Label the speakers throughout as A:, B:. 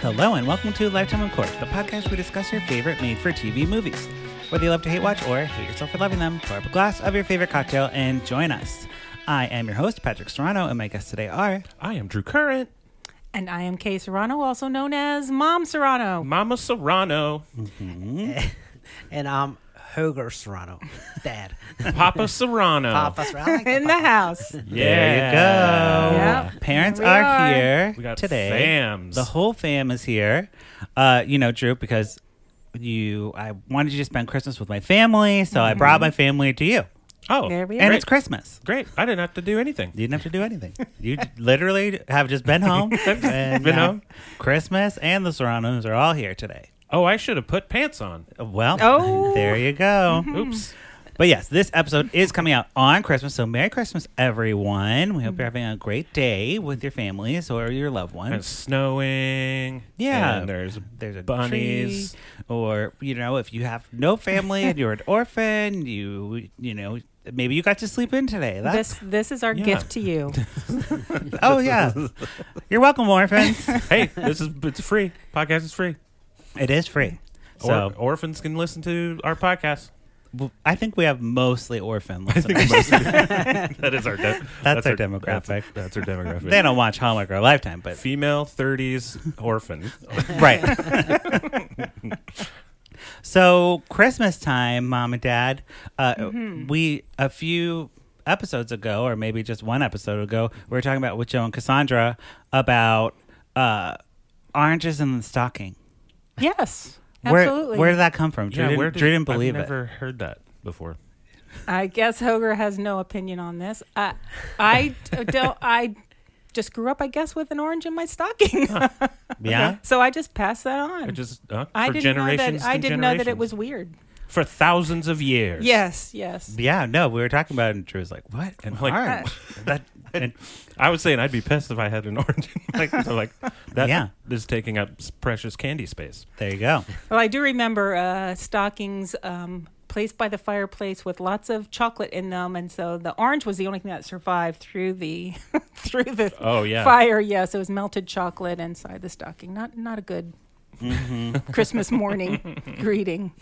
A: Hello and welcome to Lifetime on Court, the podcast where we discuss your favorite made-for-TV movies. Whether you love to hate watch or hate yourself for loving them, pour up a glass of your favorite cocktail and join us. I am your host, Patrick Serrano, and my guests today are
B: I am Drew Current,
C: And I am Kay Serrano, also known as Mom Serrano.
B: Mama Serrano,
D: and I'm Hoger Serrano, Dad,
B: Papa Serrano.
D: Papa Serrano. I like
C: In
D: the
C: the house.
B: Yeah.
A: There you go.
C: Yep.
A: Parents
C: We
A: are,
C: are.
A: here
B: We got
A: today.
B: fams.
A: The whole fam is here. Uh, you know, Drew, because you, I wanted you to spend Christmas with my family, so I brought my family to you,
B: Oh,
C: There we
A: and
C: are.
A: it's Christmas.
B: great. I didn't have to do anything.
A: You didn't have to do anything. You literally have just been home. and
B: been
A: now
B: home.
A: Christmas and the Serranos are all here today.
B: Oh, I should have put pants on.
A: Well,
C: Oh.
A: there you go.
B: Oops.
A: But yes, this episode is coming out on Christmas. So Merry Christmas, everyone. We hope you're having a great day with your families or your loved
B: and it's
A: ones.
B: snowing.
A: Yeah.
B: And there's
A: There's a
B: bunnies.
A: tree, or you know, if you have no family and you're an orphan, you you know, maybe you got to sleep in today. That's
C: This this is our
B: Yeah.
C: gift to you.
A: oh yeah, you're welcome, orphans.
B: hey, this is it's free. Podcast is free.
A: it is free.
B: So
A: So
B: orphans can listen to our podcast.
A: w- I think we have mostly orphan listeners.
B: that is our. De-
A: That's our demographic.
B: That's, that's our demographic.
A: They don't watch Hallmark or Lifetime, but
B: Female 30s orphan. Oh,
A: right. so Christmas time, mom and dad, uh, we a few episodes ago, or maybe just one episode ago, we were talking about with Joe and Cassandra about uh, oranges in the stocking.
C: Yes.
A: Where,
C: Absolutely.
A: where did that come from? Drew, didn't, Drew didn't believe
B: I've
A: it.
B: never heard that before.
C: I guess Hoger has no opinion on this. I I d- don't I just grew up, I guess, with an orange in my stocking.
A: Yeah.
C: so I just passed that on.
B: I just uh,
C: I
B: for
C: didn't know
B: generations.
C: that I
B: and
C: didn't know that it
B: generations.
C: was weird.
B: for thousands of years.
C: Yes, yes.
A: Yeah, no, we were talking about it, and Drew was like, "What an
B: I'm like,
A: orange?" that, and
B: I was saying I'd be pissed if I had an orange. like, so like that
A: Yeah.
B: is taking up s- precious candy space.
A: there you go.
C: Well, I do remember uh, stockings um, placed by the fireplace with lots of chocolate in them, and so the orange was the only thing that survived through the through the
B: Oh, yeah.
C: fire. Yeah, so it was melted chocolate inside the stocking. Not not a good Christmas morning greeting.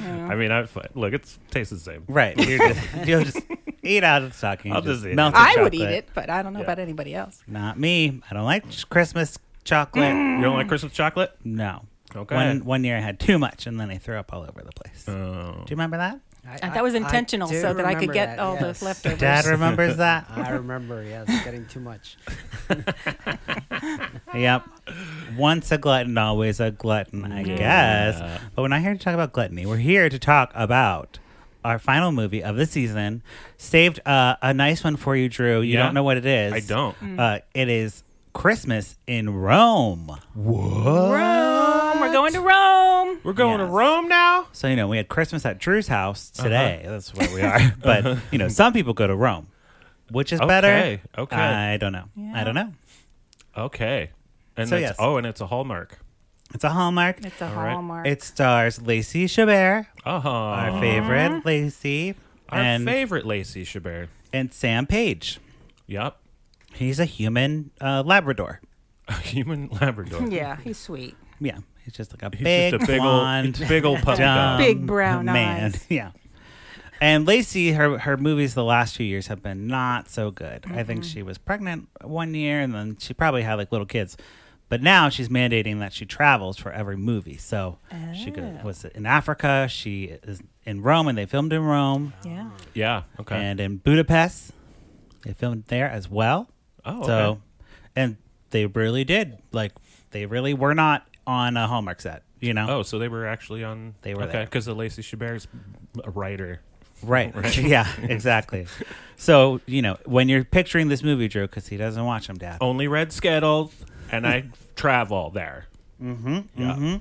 B: I mean, I look, it tastes the same.
A: Right, you're just, you'll just eat out of the stocking.
B: I'll
A: just
B: just eat it.
A: melt the
C: I would eat
A: chocolate.
C: it, but I don't know
B: Yeah.
C: about anybody else.
A: Not me. I don't like ch- Christmas chocolate.
C: Mm.
B: You don't like Christmas chocolate?
A: No.
B: Okay.
A: One one year I had too much, and then I threw up all over the place. Do
B: Oh.
A: you remember that?
D: I,
C: that was
D: I
C: intentional,
D: do
C: so that I could
D: remember
C: get
D: that,
C: all
D: yes.
C: those leftovers.
A: Dad remembers that.
D: I remember, yes, getting too much.
A: yep. Once a glutton, always a glutton, I guess. But we're not here to talk about gluttony. We're here to talk about our final movie of the season. Saved uh, a nice one for you, Drew. You
B: Yeah?
A: don't know what it is.
B: I don't.
C: Mm.
A: Uh, it is Christmas in Rome.
C: Rome, we're going to Rome.
B: We're going
A: Yes.
B: to Rome now.
A: So you know, we had Christmas at Drew's house
B: Uh-huh.
A: today. That's where we are. but you know, some people go to Rome, which is better.
B: Okay, okay.
A: I don't know. I
C: Yeah.
A: don't know.
B: Okay. And
A: So,
B: it's-
A: yes.
B: oh, and it's a hallmark.
A: It's a hallmark.
C: It's a
B: right.
C: hallmark.
A: It stars Lacey Chabert,
B: Oh,
A: our
B: our,
A: favorite Lacey, and
B: favorite Lacey Chabert.
A: and Sam Page.
B: Yep.
A: He's a human uh, Labrador.
B: A human Labrador.
C: yeah, he's sweet.
A: Yeah, he's just like a
B: He's
A: big,
B: just a big
A: blonde,
B: old, big old puppy
A: dumb
B: dog.
C: Big brown
A: man.
C: eyes.
A: Yeah. And Lacey, her her movies the last few years have been not so good. I think she was pregnant one year, and then she probably had like little kids. But now she's mandating that she travels for every movie. So she go,
C: Oh.
A: was in Africa. She is in Rome, and they filmed in Rome,
C: Yeah.
B: Yeah. Okay.
A: and in Budapest, they filmed there as well.
B: oh,
A: so,
B: okay.
A: and they really did like they really were not on a Hallmark set. You know,
B: Oh, so they were actually on.
A: They were
B: okay
A: there.
B: because the Lacey Chabert's a writer.
A: Right. yeah, exactly. So, you know, when you're picturing this movie, Drew, because he doesn't watch them, Dad.
B: Only read Skittles, and I travel there. Mm-hmm. Yeah.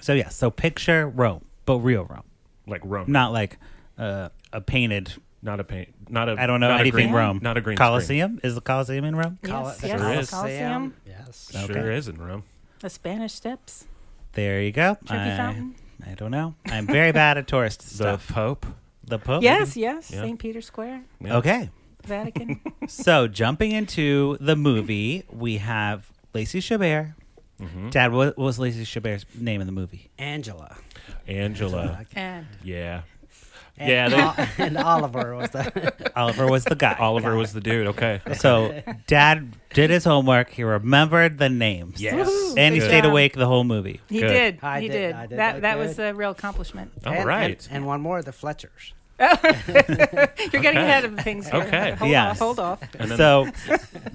A: So, yeah, so picture Rome, but real Rome.
B: Like Rome.
A: Not like uh, a painted,
B: Not a paint. Not a.
A: I don't know
B: not a
A: anything
B: green,
A: Rome.
B: Not a green screen.
A: Colosseum? Is the Colosseum in Rome?
D: Col-
C: Yes,
D: the
C: yes,
B: Sure
C: the
B: is.
C: Colosseum,
D: Yes.
B: Sure
A: Okay.
B: is in Rome.
C: the Spanish Steps.
A: There you go.
C: Trevi
A: I,
C: Fountain.
A: I don't know. I'm very bad at tourist
B: The
A: stuff.
B: Pope.
A: The Pope?
C: Yes, yes,
B: Yeah.
C: St. Peter's Square,
B: Yeah.
A: Okay.
C: Vatican.
A: So, jumping into the movie, we have Lacey Chabert
B: Mm-hmm.
A: Dad, what, what was Lacey Chabert's name in the movie?
D: Angela.
B: Angela.
C: And
B: Yeah.
D: And
B: Yeah, they-
D: Ol- and Oliver was the.
A: Oliver was the guy.
B: Oliver was the dude. Okay.
A: So Dad did his homework. He remembered the names.
B: Yes. Woohoo.
A: and he
B: Good
A: stayed
C: job.
A: awake the whole movie.
C: he
B: Good.
C: did.
D: I
C: he
D: did-
C: did.
D: I did
C: That
D: that
C: that was
D: good.
C: a real accomplishment.
B: All
D: and,
B: right.
D: And, and one more, the Fletchers.
C: You're getting ahead of things. here.
B: Okay.
C: Hold
A: Yes.
C: off. Hold off.
B: And then-
A: So,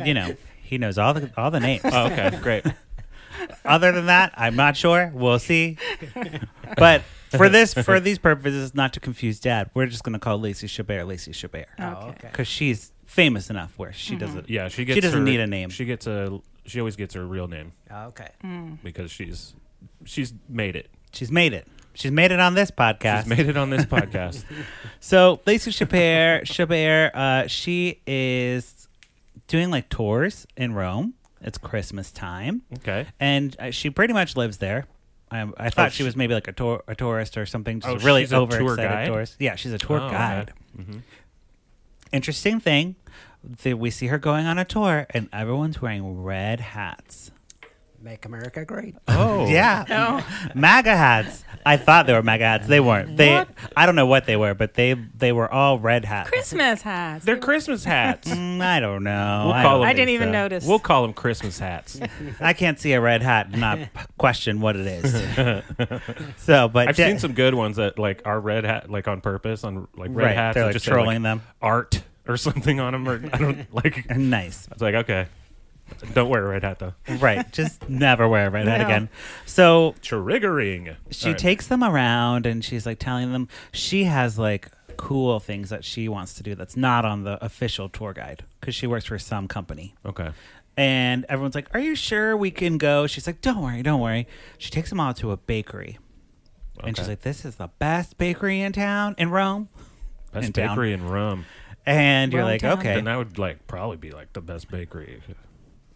A: you know, he knows all the all the names.
B: Oh, okay. Great.
A: Other than that, I'm not sure. We'll see. But for this, for these purposes, not to confuse Dad, we're just going to call Lacey Chabert Lacey Chabert
D: Oh,
C: Okay.
A: because she's famous enough where she doesn't.
B: Yeah, she gets.
A: doesn't
B: her-
A: need a name.
B: She gets a. She always gets her real name
D: Oh, Okay.
C: Mm.
B: because she's she's made it.
A: She's made it. She's made it on this podcast.
B: She's made it on this podcast.
A: So Lacey Chabert, Chabert, uh, she is doing like tours in Rome. It's Christmas time.
B: Okay.
A: and uh, she pretty much lives there. I, I thought she
B: Oh, sh-
A: was maybe like a, tour, a tourist or something. Just
B: Oh,
A: a really
B: she's a tour
A: overexcited
B: guide?
A: tourist. Yeah, she's a tour
B: Oh, okay.
A: guide. Interesting thing, that we see her going on a tour, and everyone's wearing red hats.
D: Make America Great.
B: Oh.
A: Yeah, MAGA hats. I thought they were MAGA hats. They weren't. They.
B: What?
A: I don't know what they were, but they they were all red hats.
C: Christmas
B: Oh.
C: hats.
B: They're Christmas hats.
A: Mm, I don't know.
B: We'll
A: I,
B: call
A: don't
B: them.
C: I didn't
A: think
C: even
A: so.
C: notice.
B: We'll call them Christmas hats.
A: I can't see a red hat and not question what it is. so, but
B: I've
A: da-
B: seen some good ones that like are red hat, like on purpose, on like red
A: Right,
B: hats.
A: they're,
B: that
A: like,
B: just
A: trolling them.
B: art or something on them, or I don't like. I
A: nice.
B: was like, okay, don't wear a red hat though.
A: Right. Just never wear a red hat
C: No.
A: again. So
B: Triggering.
A: she
B: All right.
A: takes them around and she's like telling them she has like cool things that she wants to do that's not on the official tour guide because she works for some company.
B: Okay.
A: And everyone's like, Are you sure we can go? She's like, Don't worry, don't worry. She takes them all to a bakery. And she's
B: Okay.
A: like, This is the best bakery in town, in Rome.
B: Best
A: in town.
B: bakery in Rome.
A: And you're
C: Rome
A: like,
C: town.
A: Okay,
B: Then that would like probably be like the best bakery,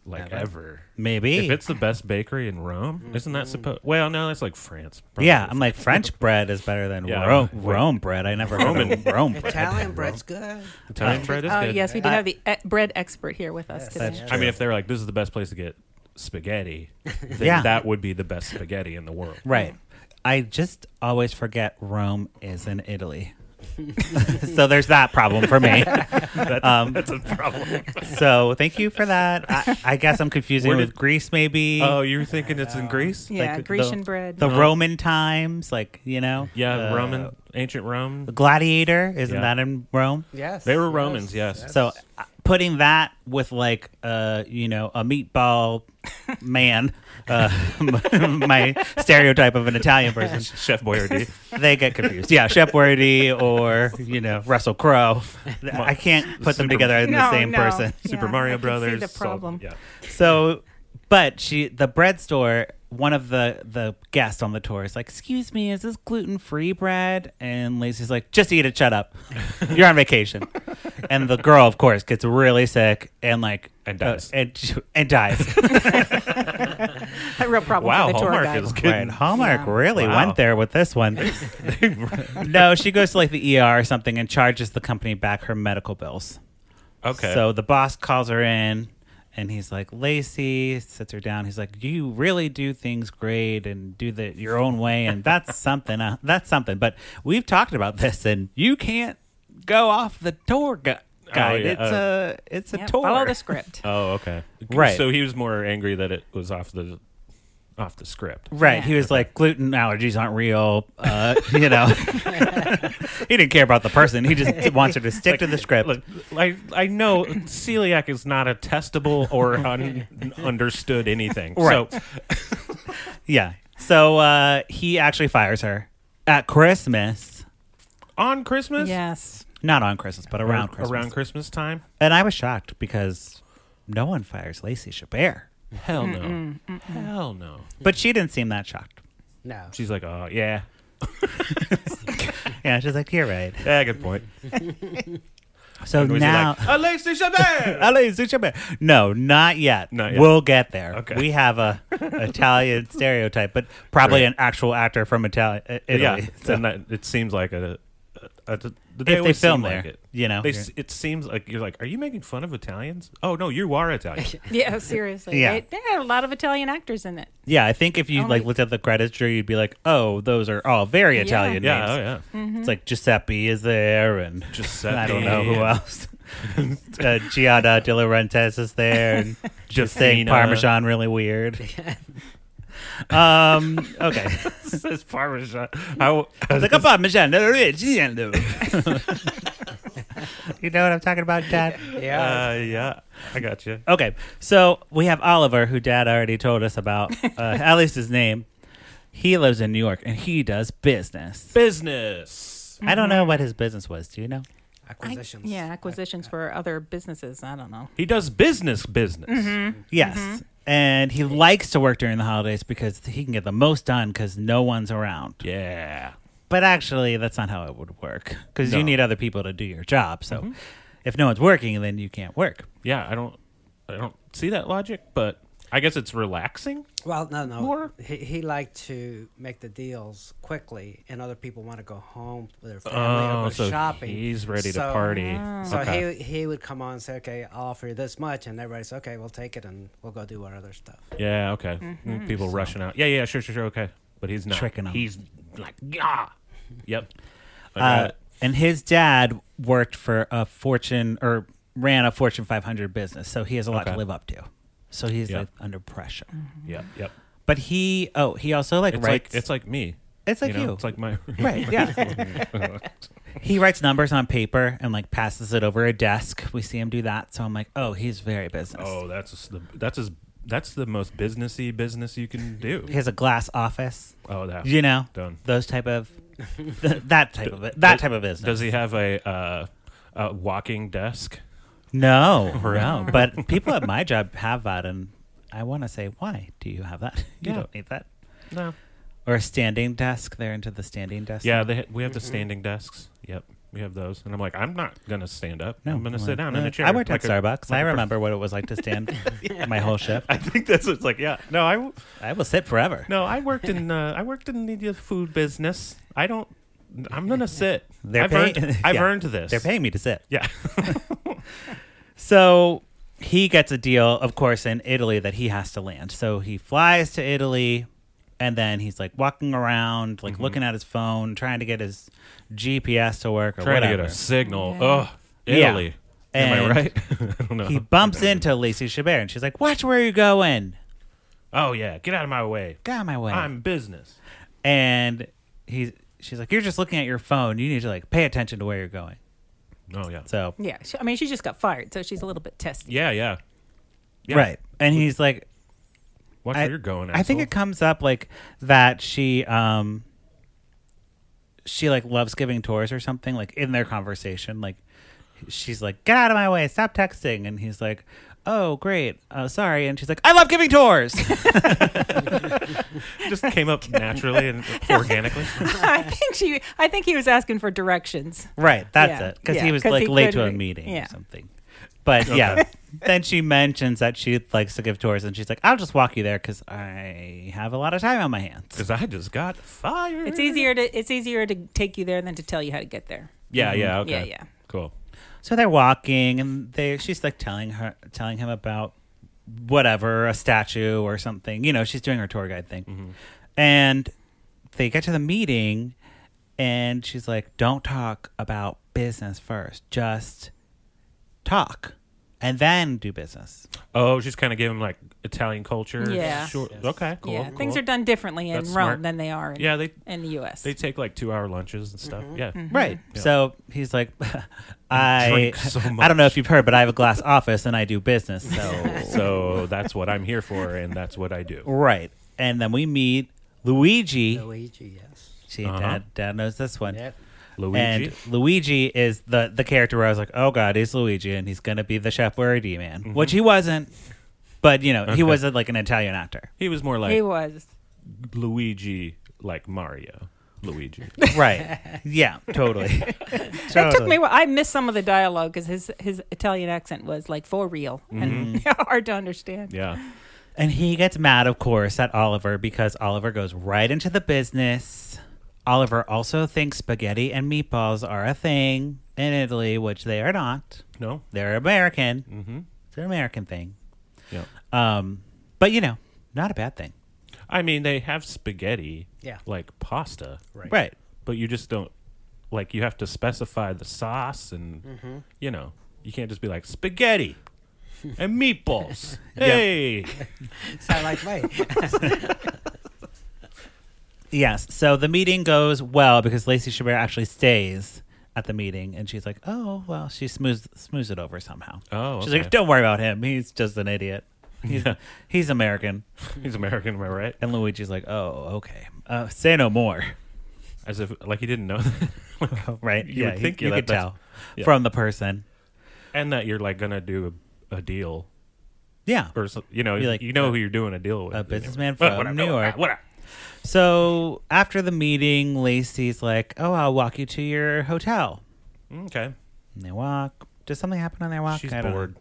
B: like
A: Ever.
B: ever.
A: maybe.
B: If it's the best bakery in Rome, isn't that supposed? Well, no, that's like France. probably.
A: Mm. yeah, I'm like, French bread is better than
B: Yeah,
A: Rome,
B: wait.
A: Rome bread. I never heard
B: Roman.
A: of Rome bread.
D: Italian bread's good.
A: uh,
B: Italian bread is
C: Oh
B: good.
C: yes, we do
A: I-
C: have the e- bread expert here with us
D: Yes,
C: today.
D: that's
B: I mean, if they were like, this is the best place to get spaghetti, then
A: Yeah.
B: that would be the best spaghetti in the world.
A: Right. I just always forget Rome is in Italy. so there's that problem for me.
B: That's, that's a problem.
A: So thank you for that. I, I guess I'm confusing
B: Where
A: it
B: did-
A: with Greece, maybe.
B: Oh, you were thinking it's in Greece?
C: Um, Yeah,
A: like the-
C: Grecian bread.
A: the Roman times, like, you know?
B: Yeah,
A: uh,
B: Roman, ancient Rome.
A: The gladiator, isn't
B: Yeah.
A: that in Rome?
D: Yes.
B: They were Romans, yes.
A: So uh, putting that with like uh you know a meatball man uh my stereotype of an Italian person
B: Chef Boyardee.
A: they get confused. Yeah, Shep Wordy or you know Russell Crowe. I can't put them
B: Super-
A: together in the
C: No,
A: same
C: no.
A: person.
B: Super
C: Yeah,
B: Mario
C: I can see
B: Brothers.
C: the
B: so-
C: problem.
B: yeah.
A: So, but she the bread store. One of the the guests on the tour is like, "Excuse me, is this gluten free bread?" And Lacey's like, "Just eat it. Shut up. You're on vacation." and the girl, of course, gets really sick and like
B: And
A: uh,
B: dies.
A: and, and dies.
C: a real problem
B: Wow,
C: for the tour
B: Hallmark
C: guide.
B: is good.
A: right? Hallmark
C: Yeah.
A: really
B: Wow.
A: went there with this one. no, she goes to like the ER or something and charges the company back her medical bills.
B: Okay.
A: So the boss calls her in and he's like, Lacey sits her down. He's like, You really do things great and do the your own way. And that's something. Uh, that's something. But we've talked about this and you can't go off the tour gu- guide.
B: Oh, yeah,
A: It's
B: uh,
A: a it's a
C: Yeah,
A: tour.
C: Follow the script.
B: oh, okay.
A: Right.
B: So he was more angry that it was off the off the script.
A: Right.
C: Yeah.
A: He was like, gluten allergies aren't real. Uh, you know, he didn't care about the person. He just wants her to stick to the script.
B: Look, I I know celiac is not a testable or un- understood anything.
A: Right.
B: So
A: Yeah. So uh, he actually fires her at Christmas.
B: on Christmas,
C: Yes.
A: Not on Christmas, but around Christmas.
B: around Christmas time,
A: And I was shocked because no one fires Lacey Chabert.
B: hell no, hell no.
A: But she didn't seem that shocked.
D: No.
B: She's like, oh yeah,
A: Yeah, she's like, you're right.
B: yeah, good point.
A: So
B: And was he
A: now.
B: like, Alexis Chabert.
A: Lacey Chabert. No, not yet.
B: Not yet.
A: We'll get there.
B: Okay.
A: We have a Italian stereotype, but probably
B: Right.
A: an actual actor from Itali- uh, Italy.
B: yeah,
A: So-
B: and that, it seems like a uh, th- they
A: they
B: always seem
A: film
B: like
A: there,
B: it.
A: you know,
B: They
A: you're-
B: s it seems like you're like, are you making fun of Italians? Oh no, you are Italian.
C: Yeah, seriously.
A: Yeah.
C: It, there are a lot of Italian actors in it.
A: Yeah, I think if you
C: Oh,
A: like
C: my-
A: looked at the creditors, you'd be like, "Oh, those are all very
C: Yeah.
A: Italian
B: yeah, oh
A: names."
B: yeah.
A: It's like Giuseppe is there, and
B: Giuseppe.
A: I don't know who else. uh, Giada De Laurentiis is there, and just saying
B: Giuffina.
A: Parmesan really weird. um. Okay.
B: Says Parmesan. I,
A: It's like a Parmesan original. you know what I'm talking about, Dad?
D: Yeah.
B: uh, yeah, I got you.
A: Okay, so we have Oliver, who Dad already told us about, uh, at least his name. He lives in New York and he does business.
B: Business.
A: I don't know what his business was. Do you know?
C: I-
D: acquisitions.
C: yeah, acquisitions for other businesses. I don't know.
B: He does business. Business.
A: Yes. And he likes to work during the holidays because he can get the most done because no one's around.
B: Yeah.
A: But actually, that's not how it would work because you
B: No. Mm-hmm.
A: need other people to do your job. So if no one's working, then you can't work.
B: Yeah. I don't. I don't see that logic, but I guess it's relaxing.
D: Well, no, no.
B: More?
D: He, he liked to make the deals quickly, and other people want to go home with their family
B: Oh,
D: or go
B: so
D: shopping.
B: he's ready to
D: So-
B: party.
D: So
B: Okay.
D: he he would come on and say, "Okay, I'll offer you this much," and everybody's okay. We'll take it, and we'll go do our other stuff.
B: Yeah. Okay. Mm, People rushing out. Yeah. Yeah. Sure. Sure. Sure. Okay. But he's not
A: Mm-hmm. Tricking 'em.
B: He's like, yeah. Yep. I got
A: Uh,
B: it.
A: and his dad worked for a Fortune or ran a Fortune 500 business. So he has a lot to
B: Okay.
A: live up to. So he's
B: Yeah.
A: like under pressure.
B: Yep. Yep.
A: But he, oh, he also like
B: It's
A: writes.
B: like it's like me.
A: It's like you.
B: It's like my
A: Right,
B: Yeah.
A: He writes numbers on paper and like passes it over a desk. We see him do that, so I'm like, oh, he's very business.
B: oh, that's just the that's as that's the most businessy business you can do.
A: He has a glass office,
B: Oh, that
A: you know,
B: done.
A: those type of th- that type of that type of business.
B: Does he have a uh, a walking desk?
A: no,
B: Right.
A: no. But people at my job have that, and I want to say, why do you have that? You
B: Yeah.
A: don't need that.
B: No.
A: Or a standing desk. They're into the standing desk.
B: Yeah, they, ha- we have the standing desks. Yep, we have those. And I'm like, I'm not gonna stand up. I'm gonna sit down in a chair.
A: uh, I worked
B: like
A: at
B: a-
A: Starbucks. I
B: like a per-
A: remember what it was like to stand my whole shift.
B: I think that's what it's like. Yeah. No, I w-
A: I will sit forever.
B: no, I worked in uh, I worked in the food business. I don't. I'm gonna sit.
A: They're
B: I've,
A: paying-
B: earned, I've
A: yeah.
B: earned this.
A: They're paying me to sit.
B: Yeah.
A: So he gets a deal, of course, in Italy that he has to land. So he flies to Italy and then he's like walking around,
B: Mm-hmm.
A: like looking at his phone, trying to get his GPS to work or
B: Trying to
A: whatever.
B: get a signal.
C: Yeah.
B: Ugh.
A: Yeah.
B: Italy.
A: And
B: Am I right? I don't know.
A: He bumps into Lacey Chabert and she's like, Watch where you're going.
B: oh yeah, get out of my way.
A: Get out of my way.
B: I'm business.
A: and he's she's like, You're just looking at your phone. You need to like pay attention to where you're going.
B: Oh yeah.
A: So
C: Yeah, she, I mean, she just got fired, so she's a little bit testy.
B: Yeah, yeah. Yeah.
A: Right. And he's like,
B: Watch
A: I-
B: where you're going.
A: I think it
B: asshole.
A: comes up like that she um she like loves giving tours or something like in their conversation like she's like get out of my way stop texting and he's like oh great uh, sorry and she's like I love giving tours
B: just came up naturally and organically.
C: I think she. I think he was asking for directions.
A: right that's
C: Yeah,
A: it because he
C: yeah,
A: was
C: 'cause
A: like
C: he
A: late to a
C: couldn't-
A: meeting
C: yeah.
A: or something but yeah then she mentions that she likes to give tours and she's like I'll just walk you there because I have a lot of time on my hands
B: Because I just got fired.
C: It's easier to. It's easier to take you there than to tell you how to get there.
B: Yeah, yeah, okay.
C: Yeah, yeah.
B: Cool.
A: So they're walking, and they she's like telling her telling him about whatever a statue or something. You know, she's doing her tour guide thing,
B: Mm-hmm.
A: and they get to the meeting, and she's like, "Don't talk about business first. Just talk, and then do business."
B: Oh, she's kind of giving him like Italian culture.
C: Yeah.
B: Sure.
D: Yes.
B: Okay. Cool.
C: yeah.
B: cool.
C: Things are done differently in
B: That's
C: Rome
B: smart.
C: than they are in,
B: Yeah, they
C: in the U.S.
B: they take like two hour lunches and stuff.
C: Mm-hmm.
B: Yeah.
A: Right.
B: Yeah.
A: So he's like, "I
B: drink so
A: I don't know
B: much.
A: if you've heard, but I have a glass office and I do business." So
C: Mm-hmm.
B: So that's what I'm here for, and that's what I do.
A: right, and then we meet Luigi.
D: Luigi, yes.
A: See,
B: Uh-huh.
A: Dad, Dad knows this one.
D: Yep.
B: Luigi.
A: And Luigi is the the character where I was like, oh god, he's Luigi, and he's gonna be the Chef Boyardee man, which he wasn't. But you know,
B: Okay.
A: he wasn't like an Italian actor,
B: he was more like
C: he was.
B: Luigi, like Mario. Luigi.
A: right? yeah, totally.
C: That took
A: Totally.
C: me. a while. I missed some of the dialogue because his his Italian accent was like for real and hard to understand.
B: Mm-hmm. Yeah.
A: And he gets mad, of course, at Oliver because Oliver goes right into the business. Oliver also thinks spaghetti and meatballs are a thing in Italy, which they are not.
B: No.
A: They're American. Mm-hmm. It's an American thing.
B: Yeah.
A: Um, but you know, not a bad thing,
B: I mean, they have spaghetti.
D: Yeah.
B: Like pasta.
D: Right.
A: right?
B: But you just don't. Like you have to specify the sauce, and
A: Mm-hmm.
B: you know you can't just be like spaghetti and meatballs. hey,
D: Sound like me.
A: Yes. So the meeting goes well because Lacey Chabert actually stays at the meeting, and she's like, "Oh, well," she smooths smooths it over somehow.
B: Oh,
A: she's
B: okay.
A: like, "Don't worry about him. He's just an idiot. He's he's American."
B: he's American, am I right?
A: And Luigi's like, "Oh, okay. Uh, say no more."
B: As if like he didn't know that,
A: Right?
B: Oh, You would
A: he-
B: think
A: you,
B: that
A: could
B: that's-
A: tell
B: yeah.
A: from the person.
B: and that you're like gonna do a, a deal
A: Yeah.
B: or so- you know
A: Be like uh,
B: you know who you're doing a deal with.
A: a
B: you know.
A: businessman
B: Well,
A: from
B: what up,
A: New
B: what up,
A: York.
B: what up?
A: So after the meeting, Lacey's like, "Oh, I'll walk you to your hotel."
B: Okay,
A: And they walk. Does something happen on their walk?
B: she's
A: I don't know.
B: bored.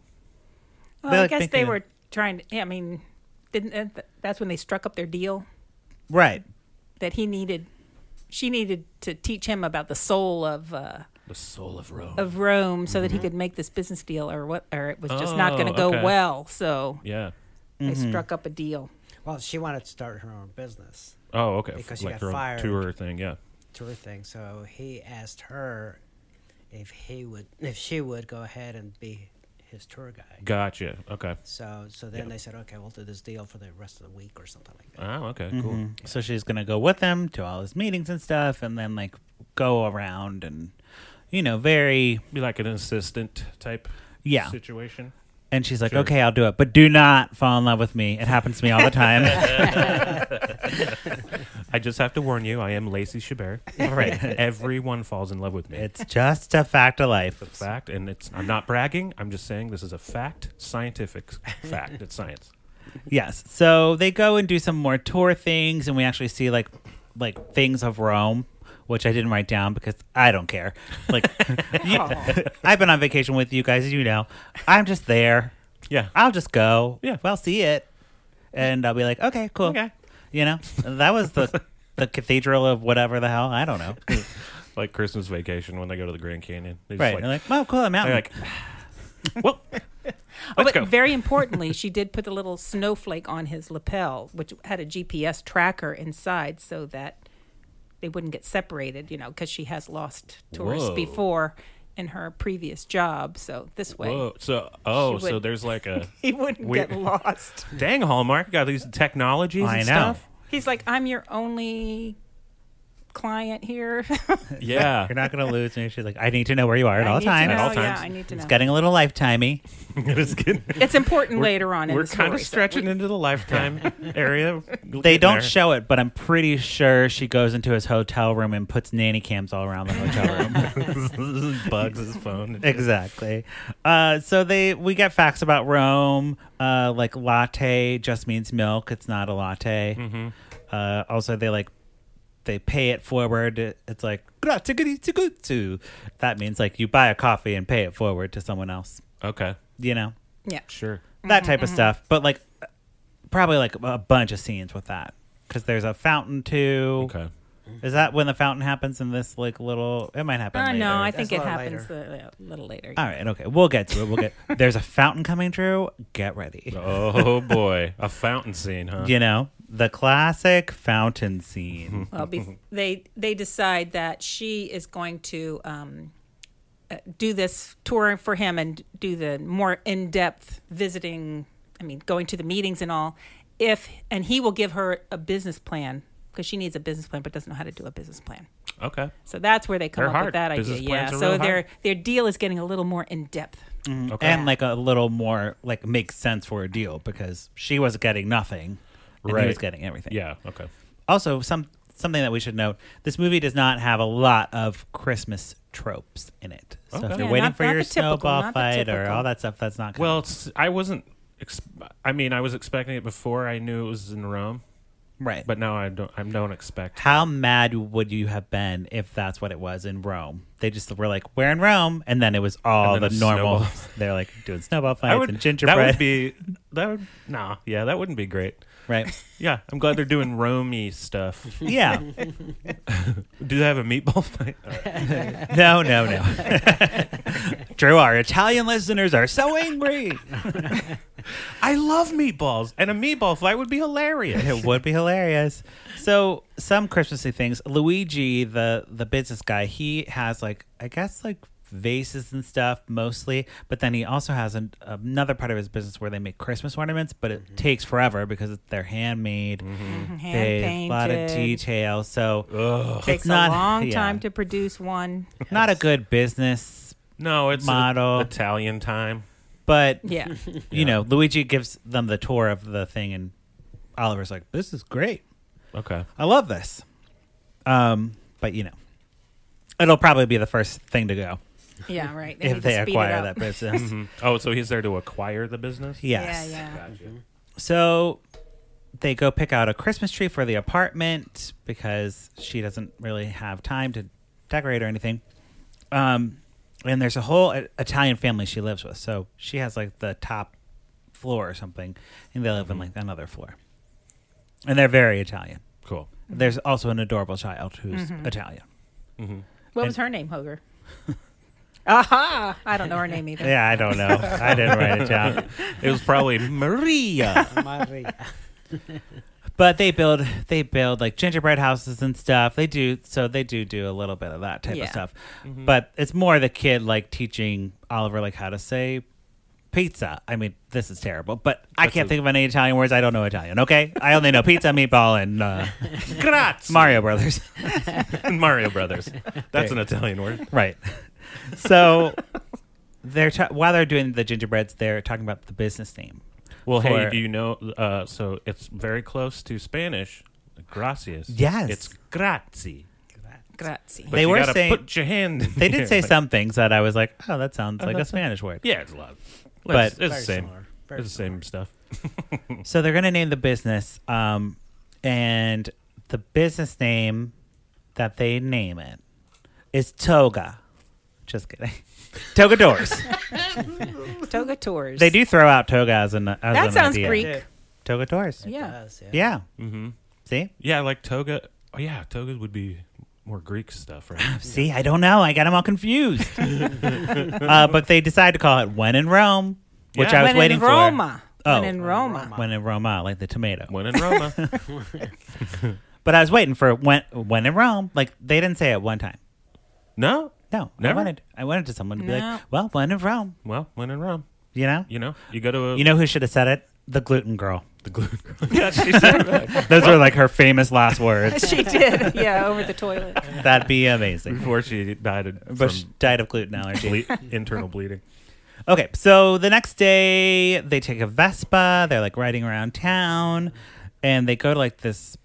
C: Well,
A: They're,
C: I
A: like,
C: guess
A: thinking
C: they
A: of-
C: were trying. To, yeah, I mean, didn't that- th- that's when they struck up their deal
A: Right.
C: that he needed, she needed to teach him about the soul of uh,
B: The soul of Rome.
C: of Rome, so that he could make this business deal, or what, or it was just not going
B: Mm-hmm. Oh,
C: to go
B: okay. Mm-hmm.
C: well. So
B: yeah.
C: they struck up a deal.
D: well, she wanted to start her own business
B: Oh, okay.
D: Because she
B: like
D: got
B: her own
D: fired.
B: tour thing. Yeah.
D: tour thing, so he asked her if he would, if she would go ahead and be his tour guide.
B: Gotcha. Okay.
D: So, so then they said, okay, we'll do this deal for the rest of the week or something like that.
B: Oh, okay. Cool.
A: So she's gonna go with him to all his meetings and stuff, and then like go around and you know very
B: Be like an assistant type.
A: Yeah.
B: Situation.
A: and she's like,
B: Sure.
A: okay, I'll do it, but do not fall in love with me. It happens to me all the time.
B: I just have to warn you, I am Lacey Chabert.
A: right?
B: Everyone falls in love with me.
A: It's just a fact of life.
B: It's a fact, and it's. I'm not bragging. I'm just saying this is a fact, scientific fact. It's science.
A: Yes. So they go and do some more tour things, and we actually see like like things of Rome, which I didn't write down because I don't care. Like, you- I've been on vacation with you guys, as you know. I'm just there.
B: Yeah.
A: I'll just go.
B: Yeah.
A: Well, see it, and I'll be like, okay, cool.
B: Okay.
A: You know, that was the the cathedral of whatever the hell. I don't know.
B: Like Christmas vacation when they go to the Grand Canyon. They just
A: Right.
B: Like,
A: They're like, oh, cool, I'm out.
B: they're like, well, let's
C: Oh, but
B: go.
C: very importantly, she did put a little snowflake on his lapel, which had a GPS tracker inside, so that they wouldn't get separated. You know, because she has lost tours
B: Whoa.
C: before in her previous job. So this way,
B: Whoa. So, oh,
C: She would-
B: so there's like a.
C: he wouldn't
B: We-
C: get lost.
B: Dang, Hallmark got these technologies
A: I
B: and
A: know.
B: stuff.
C: He's like, I'm your only client here.
B: Yeah.
A: You're not gonna lose me. She's like, I need to know where you are at
C: I
A: all
C: need to
A: times.
C: know,
B: At all
C: yeah,
B: times.
C: I need to
A: It's
C: know.
A: getting a little lifetimey.
B: Just kidding.
C: It's important later on. in
B: We're
C: the
B: kind of
C: story, so we-
B: stretching into the lifetime area. We'll
A: They
B: get
A: don't
B: there.
A: show it, but I'm pretty sure she goes into his hotel room and puts nanny cams all around the hotel room.
B: bugs his phone.
A: exactly. Uh, so they we get facts about Rome. Uh, like latte just means milk. It's not a latte. Uh, also, they like they pay it forward. It's like "Gratitude." That means like you buy a coffee and pay it forward to someone else.
B: Okay,
A: You know
C: Yeah.
B: sure.
A: that type of stuff. But like probably like a bunch of scenes with that because there's a fountain too.
B: Okay,
A: Is that when the fountain happens in this like little? It might happen.
C: Uh,
A: later.
C: no, I
D: That's
C: think it
D: a lot
C: happens a little later.
A: All right. Okay. We'll get to it. We'll get. there's a fountain coming through. Get ready.
B: Oh boy, a fountain scene, huh?
A: You know the classic fountain scene.
C: Well, be- they they decide that she is going to um, uh, do this tour for him and do the more in depth visiting. I mean, going to the meetings and all. If and he will give her a business plan because she needs a business plan but doesn't know how to do a business plan.
B: Okay,
C: So that's where they come
B: They're
C: up
B: hard.
C: with that idea.
B: Business
C: yeah.
B: plans are
C: So
B: real
C: their
B: hard.
C: their deal is getting a little more in depth.
A: Mm-hmm.
B: Mm-hmm. okay.
A: Mm. And like a little more like makes sense for a deal because she was getting nothing, and he was
B: Right.
A: getting everything.
B: yeah, okay.
A: Also, some something that we should note: this movie does not have a lot of Christmas tropes in it. So
B: Okay.
A: if you're
C: Yeah,
A: waiting
C: not-
A: for
C: not
A: your
C: the typical,
A: snowball
C: not the
A: fight or
C: typical.
A: all that stuff, that's not. Coming.
B: Well, it's, I wasn't. Ex- I mean, I was expecting it before I knew it was in Rome,
A: right. But
B: but now I don't. I don't expect.
A: how mad would you have been if that's what it was in Rome? They just were like, "We're in Rome," and then it was all
B: And
A: the
B: then it's
A: normal.
B: snowballs.
A: They're like doing snowball
B: I
A: fights
B: would
A: and
B: That
A: gingerbread.
B: would be that would nah. Yeah, that wouldn't be great.
A: right?
B: Yeah, I'm glad they're doing Romy stuff.
A: Yeah.
B: Do they have a meatball fight? All right.
A: No, no, no. Drew, our Italian listeners are so angry.
B: I love meatballs, and a meatball fight would be hilarious.
A: It would be hilarious. So some Christmassy things. Luigi, the the business guy, he has like I guess like vases and stuff mostly, but then he also has an, another part of his business where they make Christmas ornaments, but it takes forever because they're handmade.
C: Mm-hmm.
A: They
C: Hand
A: a lot of
C: painted.
A: detail, so
B: Ugh.
C: Takes
A: not-
C: a long
A: yeah.
C: time to produce one.
A: not a good business.
B: No, it's
A: Model.
B: model Italian time.
A: But
C: Yeah.
A: you know, Luigi gives them the tour of the thing, and Oliver's like, "This is great.
B: Okay.
A: I love this." Um, but you know, it'll probably be the first thing to go
C: Yeah, right. need
A: if
C: to
A: they
C: speed it
A: acquire
C: up.
A: that business.
B: Mhm. Oh, so he's there to acquire the business?
A: yes.
C: Yeah, yeah.
A: So they go pick out a Christmas tree for the apartment because she doesn't really have time to decorate or anything. Um, and there's a whole I- Italian family she lives with, so she has like the top floor or something, and they live
C: Mm-hmm.
A: in like another floor. And they're very Italian.
B: Cool.
C: Mm-hmm.
A: There's also an adorable child who's Italian.
B: Mm-hmm.
C: What was her name, Hoger? Aha! I don't know her name either.
A: Yeah, I don't know. I didn't write it down.
B: It was probably Maria.
D: Maria.
A: But they build they build like gingerbread houses and stuff. They do so they do do a little bit of that type
C: Yeah.
A: of stuff.
B: Mm-hmm.
A: But it's more the kid like teaching Oliver like how to say pizza. I mean, this is terrible, but I
B: That's
A: can't
B: a-
A: think of any Italian words. I don't know Italian. Okay, I only know pizza, meatball, and uh,
B: Grazie.
A: Mario Brothers.
B: Mario Brothers. That's an Italian word.
A: Right. So they're ta- while they're doing the gingerbreads, they're talking about the business name.
B: Well, hey,
A: For-
B: do you know? Uh, so it's very close to Spanish. Gracias.
A: Yes.
B: It's grazie.
C: Grazie.
B: But
A: They
B: you
A: were
B: gotta
A: saying-
B: put your hand. in
A: They
B: there,
A: did say
B: like-
A: some things that I was like, oh, that sounds like a
B: that's-
A: Spanish word.
B: Yeah, it's a lot.
A: But-
B: But it's, the
D: Very
B: same.
D: similar. Very
B: It's the same stuff.
A: So they're going to name the business, um, and the business name that they name it is Toga. Just kidding. Toga Doors.
C: Toga Tours.
A: they do throw out Toga as an as
C: That
A: an
C: sounds
A: idea.
C: Greek.
D: Yeah.
A: Toga Doors.
C: Yeah.
D: Does, yeah.
A: Yeah.
B: Mm-hmm.
A: See,
B: Yeah, like toga. Oh, yeah, toga would be more Greek stuff, right?
A: see, I don't know. I got them all confused. uh, but they decide to call it When in Rome, which
B: Yeah.
A: I was
C: when
A: waiting
C: in Roma.
A: Oh.
C: When in Roma.
A: for. When in Roma, like the tomato.
B: when in Roma.
A: But I was waiting for when when in Rome. Like they didn't say it one time.
B: no?
A: No, I
B: Never?
A: wanted I wanted someone to be
C: No.
A: like, well, when in Rome,
B: Well, when in Rome.
A: you know.
B: You know, you go to a.
A: You know who should have said it? The gluten girl.
B: the glue. yeah, she said that
A: Those were like her famous last words.
C: she did. Yeah, over the toilet.
A: That'd be amazing.
B: before she died of
A: But she
B: from
A: died of gluten allergy.
B: ble- internal bleeding.
A: Okay, so the next day they take a Vespa. They're like riding around town, and they go to like this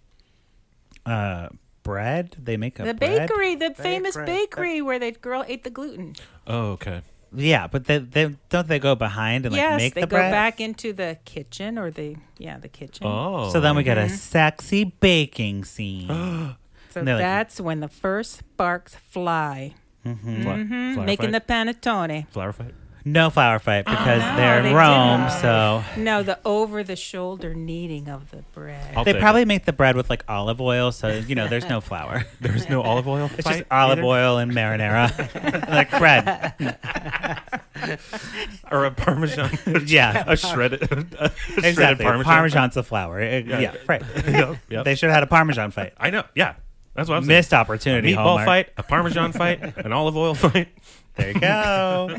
A: uh, bread. They make a
C: The
A: bread.
C: bakery, the famous
D: bread.
C: bakery where the girl ate the gluten.
B: Oh, okay.
A: Yeah, but they, they don't they go behind and like
C: yes,
A: make
C: they
A: the
C: go
A: bread.
C: back into the kitchen or the yeah the kitchen.
B: Oh,
A: So then we get
C: Mm-hmm.
A: a sexy baking scene.
C: so
A: and they're like-
C: that's when the first sparks fly,
B: Fla-
A: Mm-hmm.
B: flower
C: making
B: fight?
C: the panettone.
B: flower fight.
A: Oh, no flower fight because
C: no,
A: they're in
C: they
A: Rome,
C: didn't.
A: so
C: No, the over the shoulder kneading of the bread.
B: I'll
A: they
B: take
A: probably
B: it.
A: make the bread with like olive oil, so you know there's no flour.
B: there's no olive oil. Fight
A: It's just olive
B: either?
A: oil and marinara, like bread.
B: or a parmesan,
A: Yeah,
B: a shredded, a shredded
A: exactly.
B: parmesan.
A: Parmesan's the flour. It- yeah,
B: Yeah.
A: right.
B: Yep, yep.
A: They should have had a parmesan fight.
B: I know. Yeah, that's what I'm saying.
A: Missed opportunity.
B: meatball
A: Hallmark.
B: fight, a parmesan fight, an olive oil fight.
A: There you go.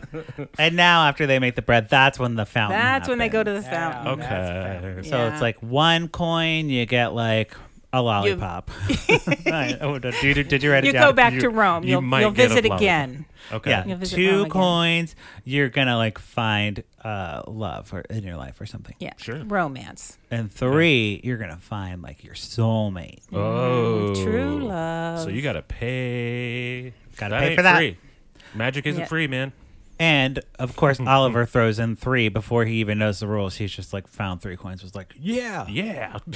A: and now after they make the bread, that's when the fountain.
C: That's when they go to the
D: Yeah.
C: fountain.
D: Oh, that's
B: Okay.
A: So
C: Yeah.
A: it's like one coin, you get like a lollipop. I- oh, did, you, did you write
C: You
A: it down?
C: go back
B: you-
C: to Rome.
B: you
C: You will
B: might
C: you'll
B: get a
C: visit
B: flower.
C: again.
B: Okay.
A: Yeah,
C: You'll visit Rome
A: two
C: again.
A: coins. You're gonna like find uh, love or, in your life or something.
C: Yeah.
B: Sure.
C: Romance.
A: And three, you're gonna find like your soulmate.
B: Oh,
C: Mm, True love.
B: So you gotta pay.
A: Gotta
B: that
A: pay
B: ain't
A: for that.
B: Free. Magic isn't
C: Yeah.
B: free, man.
A: And of course, Oliver throws in three before he even knows the rules. He's just like found three coins. Was like,
B: Yeah. Yeah.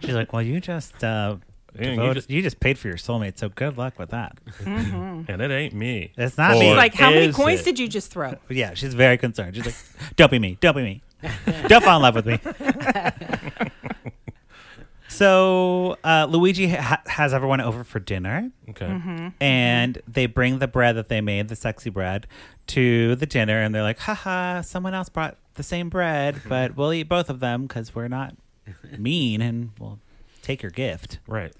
A: she's like, well, you just uh,
B: Yeah, you
A: devoted- you, just,
B: just-
A: paid for your soulmate, so good luck with that.
B: and it ain't me.
A: It's not
B: Or
A: me.
C: He's like, how many
B: is
C: coins
B: it?
C: did you just throw?
A: But yeah, she's very concerned. She's like, don't be me, don't be me, don't fall in love with me. So uh, Luigi ha- has everyone over for dinner,
B: Okay.
A: mm-hmm. and they bring the bread that they made, the sexy bread, to the dinner, and they're like, haha, someone else brought the same bread, but we'll eat both of them because we're not mean and we'll take your gift.
B: Right.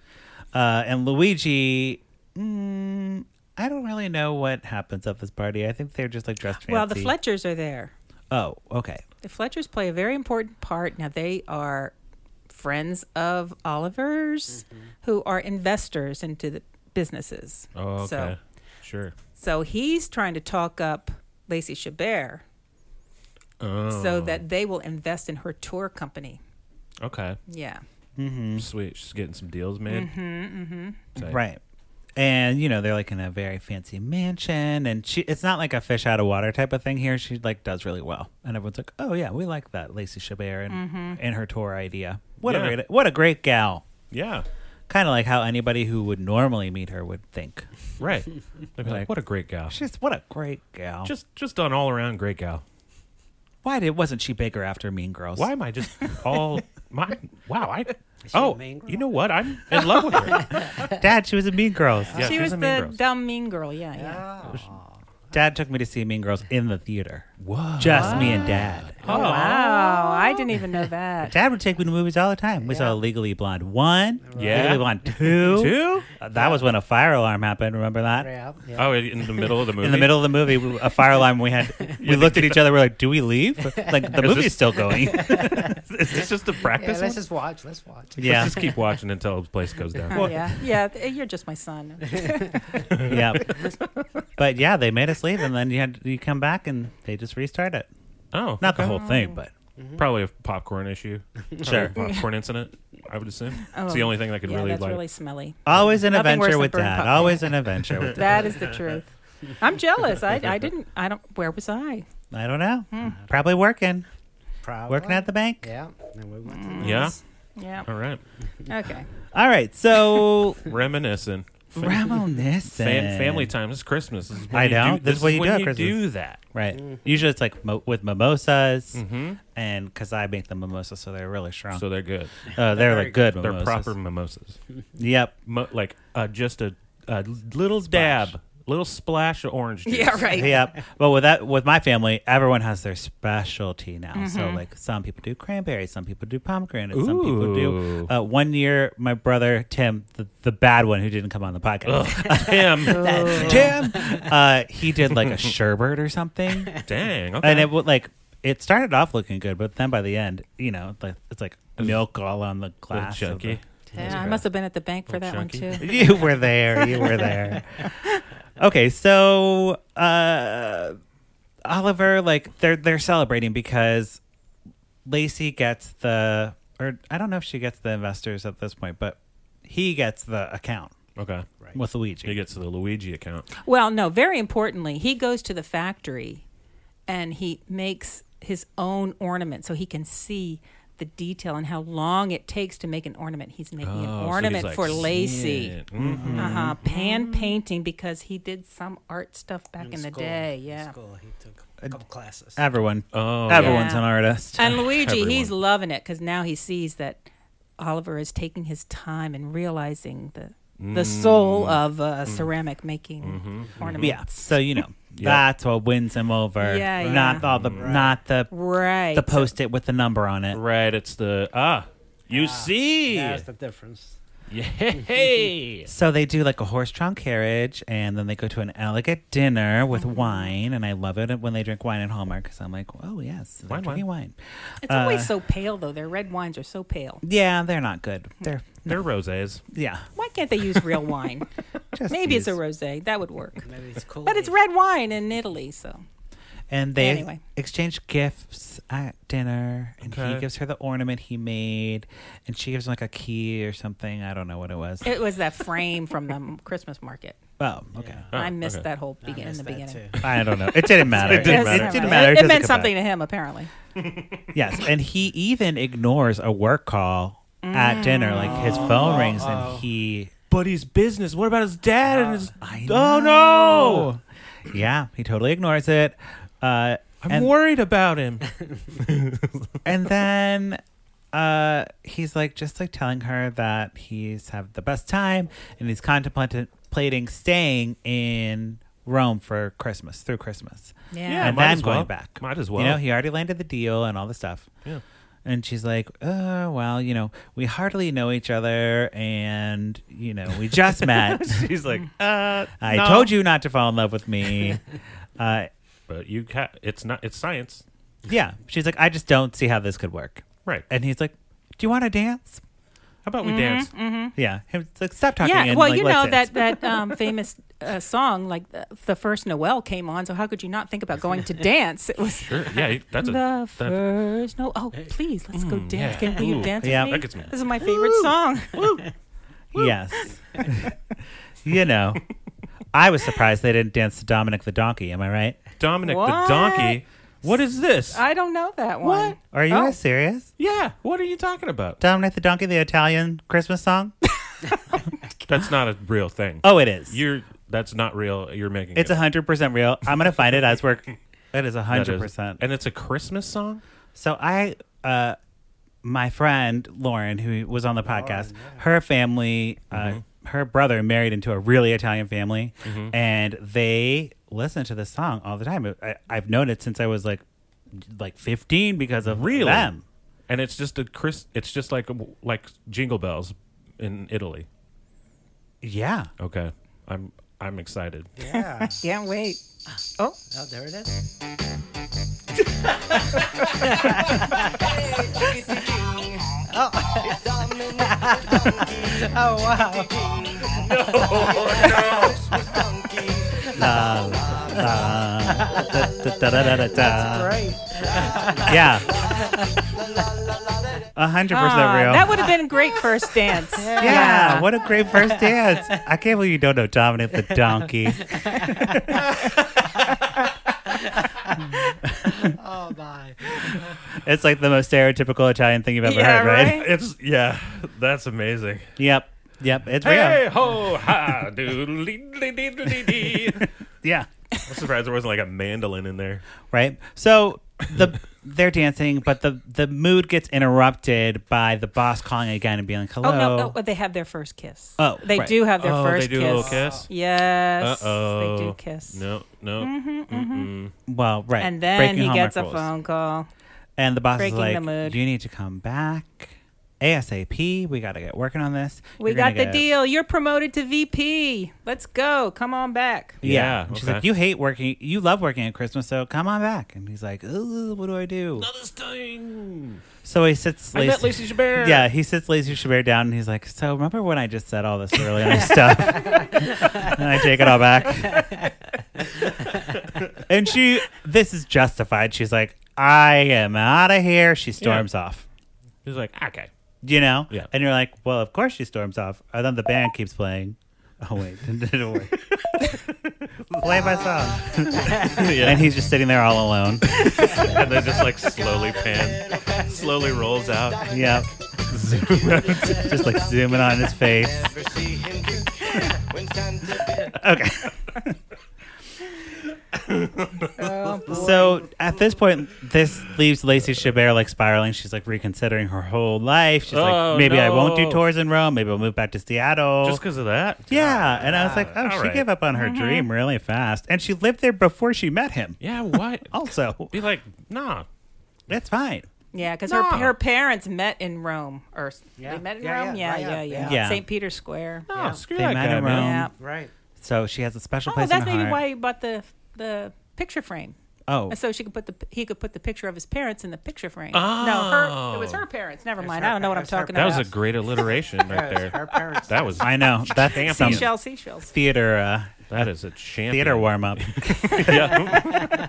A: Uh, and Luigi, mm, I don't really know what happens at this party. I think they're just like dressed fancy.
C: Well, the Fletchers are there.
A: Oh, okay.
C: The Fletchers play a very important part. Now, they are friends of Oliver's
B: Mm-hmm.
C: who are investors into the businesses.
B: Oh, okay.
C: So,
B: sure.
C: so he's trying to talk up Lacey Chabert
B: Oh.
C: so that they will invest in her tour company.
B: Okay.
C: Yeah.
B: Sweet. She's getting some deals made. Mm-hmm. mm-hmm.
A: Mm. Right. And you know they're like in a very fancy mansion, and she, it's not like a fish out of water type of thing here. She like does really well, and everyone's like, "Oh yeah, we like that Lacey Chabert and, and her tour idea. What
B: Mm-hmm. Yeah.
A: a great, what a great gal!
B: Yeah.
A: Kind of like how anybody who would normally meet her would think.
B: Right. They'd be like,
A: Like-
B: what a great gal.
A: She's what a great gal. Just
B: Just just an all around great gal.
A: why did wasn't she bigger after Mean Girls?
B: Why am I just all my wow, I
D: she a
B: Oh,
D: mean girl?
B: you know what? I'm in love with her.
A: Dad, she was in Mean Girls.
B: Yeah,
C: she
B: she
C: was
B: was
C: the
B: in Mean Girls.
C: dumb mean girl. Yeah, yeah.
A: Dad took me to see Mean Girls in the theater.
B: Whoa.
A: Just me and Dad.
B: Ah.
C: Oh, wow. I didn't even know that.
A: Dad would take me to movies all the time. We saw Legally Blonde 1,
B: Yeah.
A: Legally Blonde 2.
B: Two?
A: Uh, that was when a fire alarm happened. Remember that?
D: Yeah. yeah.
B: Oh, in the middle of the movie.
A: In the middle of the movie, we- a fire alarm. We had we looked at each other. We're like, "Do we leave? Like the
B: Is
A: movie's
B: this-
A: still going."
B: Is this just the
D: Yeah,
B: practice?
D: let's
B: one?
D: just watch. Let's watch.
A: yeah,
B: Let's just keep watching until the place goes down.
C: Oh, yeah. Yeah. th- You're just my son.
A: yeah. But yeah, they made us leave, and then you had you come back, and they just restart it.
B: Oh,
A: Not the
B: okay.
A: whole thing, but
B: Probably a popcorn issue.
A: Sure.
B: Probably a popcorn incident. I would assume.
C: Oh,
B: it's the only thing that could
C: yeah,
B: really
C: that's
B: like.
C: really smelly.
A: always an
C: Nothing worse
A: adventure
C: than
A: with
C: burnt
A: Dad.
C: popcorn.
A: Always an adventure with. Dad.
C: That is the truth. I'm jealous. I, I didn't. I don't. Where was I?
A: I don't know. Probably working,
D: Probably.
A: working at the bank.
D: Yeah. And we went to
B: yeah.
C: Yeah.
B: All right.
C: Okay.
A: All right, so
B: Reminiscing.
A: reminiscing
B: Fam- family time. This is Christmas. This is when
A: I
B: you
A: know.
B: Do,
A: This is what you
B: when
A: do at
B: you
A: Christmas.
B: do that.
A: Right. Usually it's like mo- with mimosas,
B: Mm-hmm.
A: and because I make the mimosas, so they're really strong.
B: So they're good.
A: uh, they're, like good.
B: They're
A: mimosas.
B: proper mimosas.
A: Yep.
B: Mo- like uh, just a, a little dab, little splash of orange juice.
C: Yeah. Right.
A: Yep. But with that, with my family, everyone has their specialty now. So like some people do cranberry, some people do pomegranate, some people do.
B: Ooh.
A: Uh, one year, my brother Tim, the, the bad one who didn't come on the podcast,
B: Him.
A: Tim, uh, he did like a sherbet or something.
B: Dang. Okay.
A: and it would like it started off looking good, but then by the end, you know, like it's like milk all on the
B: Little
A: glass. of
B: chunky.
C: Yeah, I must have been at the bank for
B: Little
C: that one too.
B: chunky.
A: the- you were there. You were there. Okay, so uh, Oliver, like they're they're celebrating because Lacey gets the, or I don't know if she gets the investors at this point, but he gets the account
B: Okay.
A: with Luigi.
B: He gets to the Luigi account.
C: Well, no. Very importantly, he goes to the factory, and he makes his own ornament so he can see the detail and how long it takes to make an ornament. He's making
B: Oh,
C: an
B: so he's
C: ornament
B: like,
C: for Lacey.
B: "Shit."
A: Mm.
B: Mhm.
C: Uh huh. Pan painting because he did some art stuff back in, the
D: school.
C: day.
D: In
C: Yeah.
D: school, he took a couple classes.
A: Everyone,
B: Oh, yeah.
A: everyone's
C: yeah.
A: an artist.
C: And Luigi,
B: Everyone.
C: he's loving it because now he sees that Oliver is taking his time and realizing the the
D: Mm.
C: soul of uh, ceramic making
D: Mm-hmm.
A: Yeah.
C: ornaments.
A: So you know that's what wins him over.
C: Yeah, yeah.
A: Not all the not the
C: Right.
A: the post it with the number on it.
B: Right. It's the ah. You see.
D: That's the difference.
B: Yay.
A: So they do like a horse drawn carriage, and then they go to an elegant dinner with
C: Oh.
A: wine. And I love it when they drink wine at Hallmark because I'm like, oh yes, they're
B: Wine,
A: drinking wine.
C: it's
D: uh,
C: always so pale though. Their red wines are so pale.
A: Yeah, they're not good. They're
B: They're roses.
A: yeah.
C: Why can't they use real wine?
A: Just
C: Maybe it's a
A: these.
C: rosé. That would work.
D: Maybe it's cool.
C: But it's red wine in Italy, so
A: And they
C: Anyway.
A: exchange gifts at dinner, and he
B: Okay.
A: gives her the ornament he made, and she gives him like a key or something. I don't know what it was.
C: it was that frame from the m- Christmas market.
A: oh, okay.
B: Oh,
C: I missed
B: okay.
C: that whole
D: I
C: beginning in the
D: missed that
C: beginning.
D: too.
A: I don't know. It didn't matter.
B: It didn't matter.
A: It didn't matter.
C: It,
A: doesn't
C: meant
A: come
C: something
A: back.
C: to him, apparently.
A: Yes, and he even ignores a work call at dinner. Like his phone rings and he.
B: Oh. But his business. What about his dad and his?
A: I
B: Oh no!
A: know. Yeah, he totally ignores it. Uh,
B: I'm
A: and,
B: worried about him.
A: and then uh, he's like just like telling her that he's having the best time and he's contemplating staying in Rome for Christmas through Christmas.
C: Yeah.
B: Yeah,
A: and
B: might
A: then
B: as well.
A: going back.
B: Might as
A: You know,
B: well.
A: he already landed the deal and all the stuff.
B: Yeah.
A: And she's like, "Oh well, you know, we hardly know each other, and you know, we just met.
B: She's like, uh,
A: I
B: no.
A: told you not to fall in love with me." uh,
B: but you ca- it's not it's science,
A: yeah, she's like, "I just don't see how this could work."
B: right? Mm-hmm, How
A: And he's like, "Do you want to dance?"
B: about we dance?
A: Yeah, he's like, "Stop talking."
C: Mm-hmm. Yeah,
A: and,
C: well,
A: like,
C: you
A: let's
C: know
A: dance."
C: that that um, famous uh, song, like the, the first Noel came on. So how could you not think about going to dance? It was
B: Sure. Yeah, that's a
C: the
B: that's,
C: first Noel. Oh, please, let's go dance.
B: yeah.
C: Can will you
B: Ooh,
C: dance
A: yeah.
C: with
B: that
C: me?
B: gets me.
C: This is my favorite song.
A: Yes. you know, I was surprised they didn't dance to Dominic the Donkey. Am I right?
B: Dominic
C: What?
B: the donkey. What is this?
C: I don't know that one.
B: What?
A: Are you
C: Oh.
A: guys serious?
B: yeah, what are you talking about?
A: Dominic the Donkey, the Italian Christmas song?
B: That's not a real thing.
A: Oh, it is.
B: You're that's not real. You're making
A: it's
B: it.
A: a 100% real. I'm going to find it as we're. It is
B: That is-
A: 100%.
B: and it's a Christmas song.
A: So I, uh, my friend Lauren, who was on the podcast, Oh, her family, uh, her brother married into a really Italian family, and they listen to this song all the time. I, I've known it since I was like, like fifteen because of
B: Really?
A: them.
B: And it's just a Chris. It's just like like Jingle Bells in Italy.
A: Yeah,
B: Okay, I'm I'm excited.
D: Yeah.
C: Can't wait. Oh,
D: oh, there it is. Oh, wow.
A: Da- da- da- da- da- da.
D: Great.
A: Um, yeah, a hundred percent
C: ah,
A: real.
C: that would have been a great first dance. yeah.
A: yeah, what a great first dance! I can't believe you don't know Dominic the Donkey.
D: Oh, my.
A: It's like the most stereotypical Italian thing you've ever
C: Yeah,
A: heard, right?
C: right?
B: It's yeah, that's amazing.
A: Yep. Yep. It's
B: Hey
A: real.
B: ho ha doodly dee dee dee dee.
A: Yeah.
B: I'm surprised there wasn't like a mandolin in there.
A: Right. So the they're dancing, but the the mood gets interrupted by the boss calling again and being like, "Hello."
C: Oh no, oh, they have their first kiss.
A: Oh,
C: they
A: right.
C: do have their
B: oh,
C: first
B: they do a little kiss.
C: Yes,
B: Uh-oh.
C: they do kiss.
B: No, no. mm-mm.
A: Well, right.
C: And then
A: Breaking
C: he
A: Hallmark
C: gets a
A: rules.
C: phone call.
A: and the boss
C: breaking
A: is like,
C: the mood.
A: "You need to come back ASAP. We got to get working on this.
C: We
A: You're gonna
C: got the
A: get-"
C: deal. You're promoted to VP. Let's go. Come on back.
A: Yeah.
B: Yeah,
A: And She's
B: okay.
A: like, "You hate working. You love working at Christmas, so come on back." And he's like, "Ooh, what do I do?"
B: Another thing.
A: So he sits.
B: I met Lacey Chabert.
A: Yeah, he sits Lazy Chabert down and he's like, So remember when I just said all this really nice stuff? and I take it all back. and she, this is justified. She's like, I am out of here. She storms off,
B: He's like, okay.
A: you know?
B: Yeah.
A: And you're like, Well, of course she storms off. And then the band keeps playing. Oh, wait, it didn't work. Play my song.
B: yeah.
A: And he's just sitting there all alone.
B: and then just like slowly pan, slowly rolls out.
A: yep. just like zooming on his face. Okay.
C: Oh,
A: so at this point, this leaves Lacey Chabert like spiraling. She's like reconsidering her whole life. She's
B: Oh,
A: like, maybe I won't do
B: no.
A: tours in Rome. Maybe I'll move back to Seattle.
B: Just Ah, because of that?
A: Oh. yeah. And I was like, oh,
B: all
A: she
B: right.
A: gave up on her dream really fast. And she lived there before she met him.
B: Yeah. What?
A: Also,
B: Be like, nah.
A: that's fine.
C: Yeah, because
B: No.
C: her her parents met in Rome, or s-
D: Yeah.
C: they met in
D: Yeah,
C: Rome.
D: yeah,
C: Yeah,
D: right,
C: yeah, yeah.
D: yeah.
A: Yeah.
C: St. Peter's Square.
B: No,
D: Yeah.
B: screw
A: They
B: that
A: met
B: guy,
A: in
B: man.
A: Rome.
C: Yeah.
D: Right.
A: So she has a special
C: Oh,
A: place
C: that's
A: in her
C: maybe
A: heart.
C: why he bought the the picture frame. Uh,
A: oh,
C: So she could put the he could put the picture of his parents in the picture frame. No,
B: Oh.
C: her it was her parents. Never
D: That's
C: mind.
D: her
C: I don't know what I'm
D: parents. That's her
C: talking
B: That
C: about.
B: was a great alliteration right
D: Yeah, Her
B: there.
D: parents.
B: That was
A: I know. That's some
C: seashell, seashells.
A: theater uh,
B: that is a champion.
A: theater warm up.
B: yeah.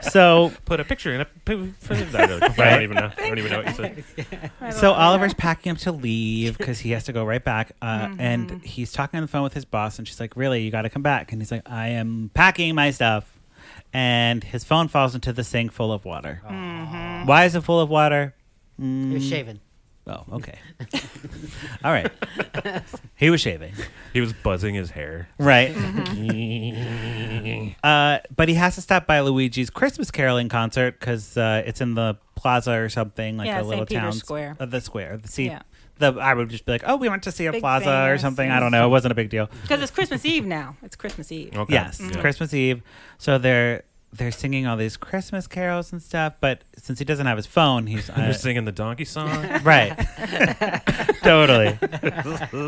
A: So
B: Put a picture in a. p- p- I don't, I don't even know. I don't even know what you said.
C: I don't
A: So
C: know.
A: Oliver's packing up to leave because he has to go right back. Uh, And he's talking on the phone with his boss, and she's like, Really, you got to come back. And he's like, I am packing my stuff. And his phone falls into the sink full of water.
D: Oh.
A: Why is it full of water?
D: Mm-hmm. He was shaven.
A: Oh, okay. All right. He was shaving.
B: He was buzzing his hair.
A: Right.
B: yeah.
A: Uh, but he has to stop by Luigi's Christmas caroling concert because uh, it's in the plaza or something like
C: Yeah,
A: a little
C: St. Peter's
A: town s-
C: Square.
A: uh, the square, the sea.
C: Yeah.
A: The I would just be like, oh, we went to see a
C: Big
A: plaza
C: thing,
A: or
C: yes,
A: something. I
C: yes.
A: don't know. It wasn't a big deal.
C: Because it's Christmas Eve now. It's Christmas Eve.
B: Okay.
A: Yes, it's
B: Yeah.
A: Christmas Eve. So they're they're singing all these Christmas carols and stuff. But since he doesn't have his phone, he's
B: You're
A: uh,
B: singing the donkey song.
A: right. totally.